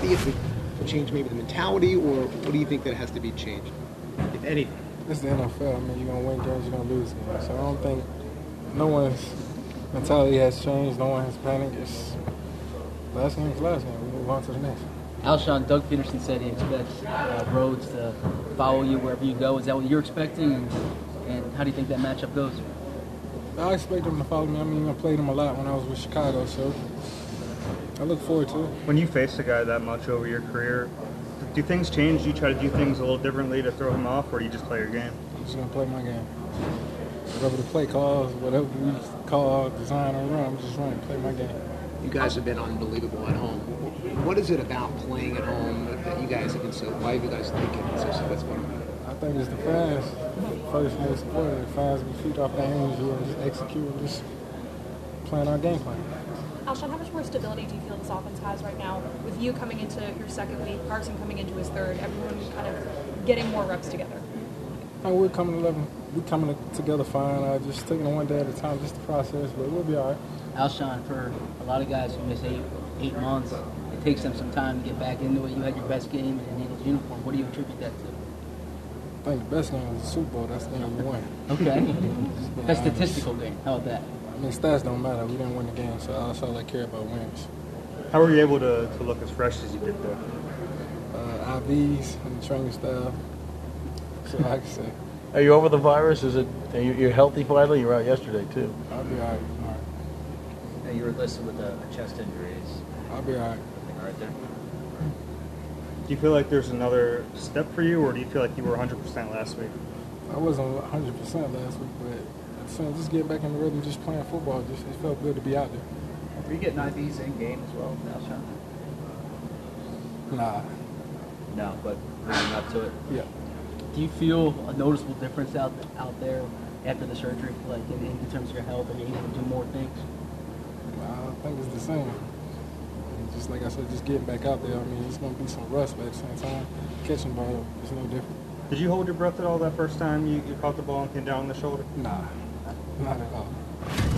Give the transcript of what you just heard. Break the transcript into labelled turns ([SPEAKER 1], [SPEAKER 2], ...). [SPEAKER 1] see if we can change maybe the mentality, or what do you think that has to be changed, if anything?
[SPEAKER 2] It's the NFL. I mean, you're gonna win games, you're gonna lose games. So I don't think no one's mentality has changed. No one has panicked. It's last game is last game. We move on to the next.
[SPEAKER 3] Alshon, Doug Peterson said he expects uh, Rhodes to follow you wherever you go. Is that what you're expecting? And, and how do you think that matchup goes?
[SPEAKER 2] I expect them to follow me. I mean, I played them a lot when I was with Chicago, so I look forward to it.
[SPEAKER 4] When you face a guy that much over your career, do things change? Do you try to do things a little differently to throw him off, or you just play your game?
[SPEAKER 2] I'm just gonna play my game. Whatever the play calls, whatever we call, design, or run, I'm just running, play my game.
[SPEAKER 1] You guys have been unbelievable at home. What is it about playing at home that you guys have been so? Why have you guys taken it so successfully?
[SPEAKER 2] I think it's the fans. First and most important, the fans we feed off the energy and just execute and just playing our game plan.
[SPEAKER 5] Alshon, how much more stability do you feel this offense has right now with you coming into your second week, Carson coming into his third, everyone kind of getting more reps together?
[SPEAKER 2] And we're coming eleven. We're coming together fine. I just taking it one day at a time, just the process, but we'll be all right.
[SPEAKER 3] Alshon, for a lot of guys who miss eight eight months, it takes them some time to get back into it. You had your best game in an Eagles uniform. What do you attribute that to?
[SPEAKER 2] I think the best game was the Super Bowl. That's the number one.
[SPEAKER 3] Okay. That's statistical game. How about that?
[SPEAKER 2] I mean, stats don't matter. We didn't win the game, so that's all I care about wins.
[SPEAKER 4] How were you able to, to look as fresh as you did there?
[SPEAKER 2] Uh, IVs and the training staff. So I can say,
[SPEAKER 6] Are you over the virus? Is it are you, you're healthy finally? You were out yesterday too.
[SPEAKER 2] I'll be all right. All right.
[SPEAKER 7] Now, you were listed with a, a chest injury. Is
[SPEAKER 2] I'll be all right.
[SPEAKER 7] everything all right there?
[SPEAKER 4] Do you feel like there's another step for you, or do you feel like you were 100% last week?
[SPEAKER 2] I wasn't 100 percent last week, but so just getting back in the rhythm, just playing football, just it felt good to be out there.
[SPEAKER 7] Were you getting IVs in game as well, Alshon?
[SPEAKER 2] Nah,
[SPEAKER 7] No, but leading up to it.
[SPEAKER 2] yeah.
[SPEAKER 3] Do you feel a noticeable difference out out there after the surgery, like in, in terms of your health? Are you able to do more things?
[SPEAKER 2] I think it's the same. And Just like I said, just getting back out there. I mean, it's gonna be some rust, but at the same time, catching ball is no different.
[SPEAKER 4] Did you hold your breath at all that first time you, you caught the ball and came down on the shoulder?
[SPEAKER 2] Nah, not at all.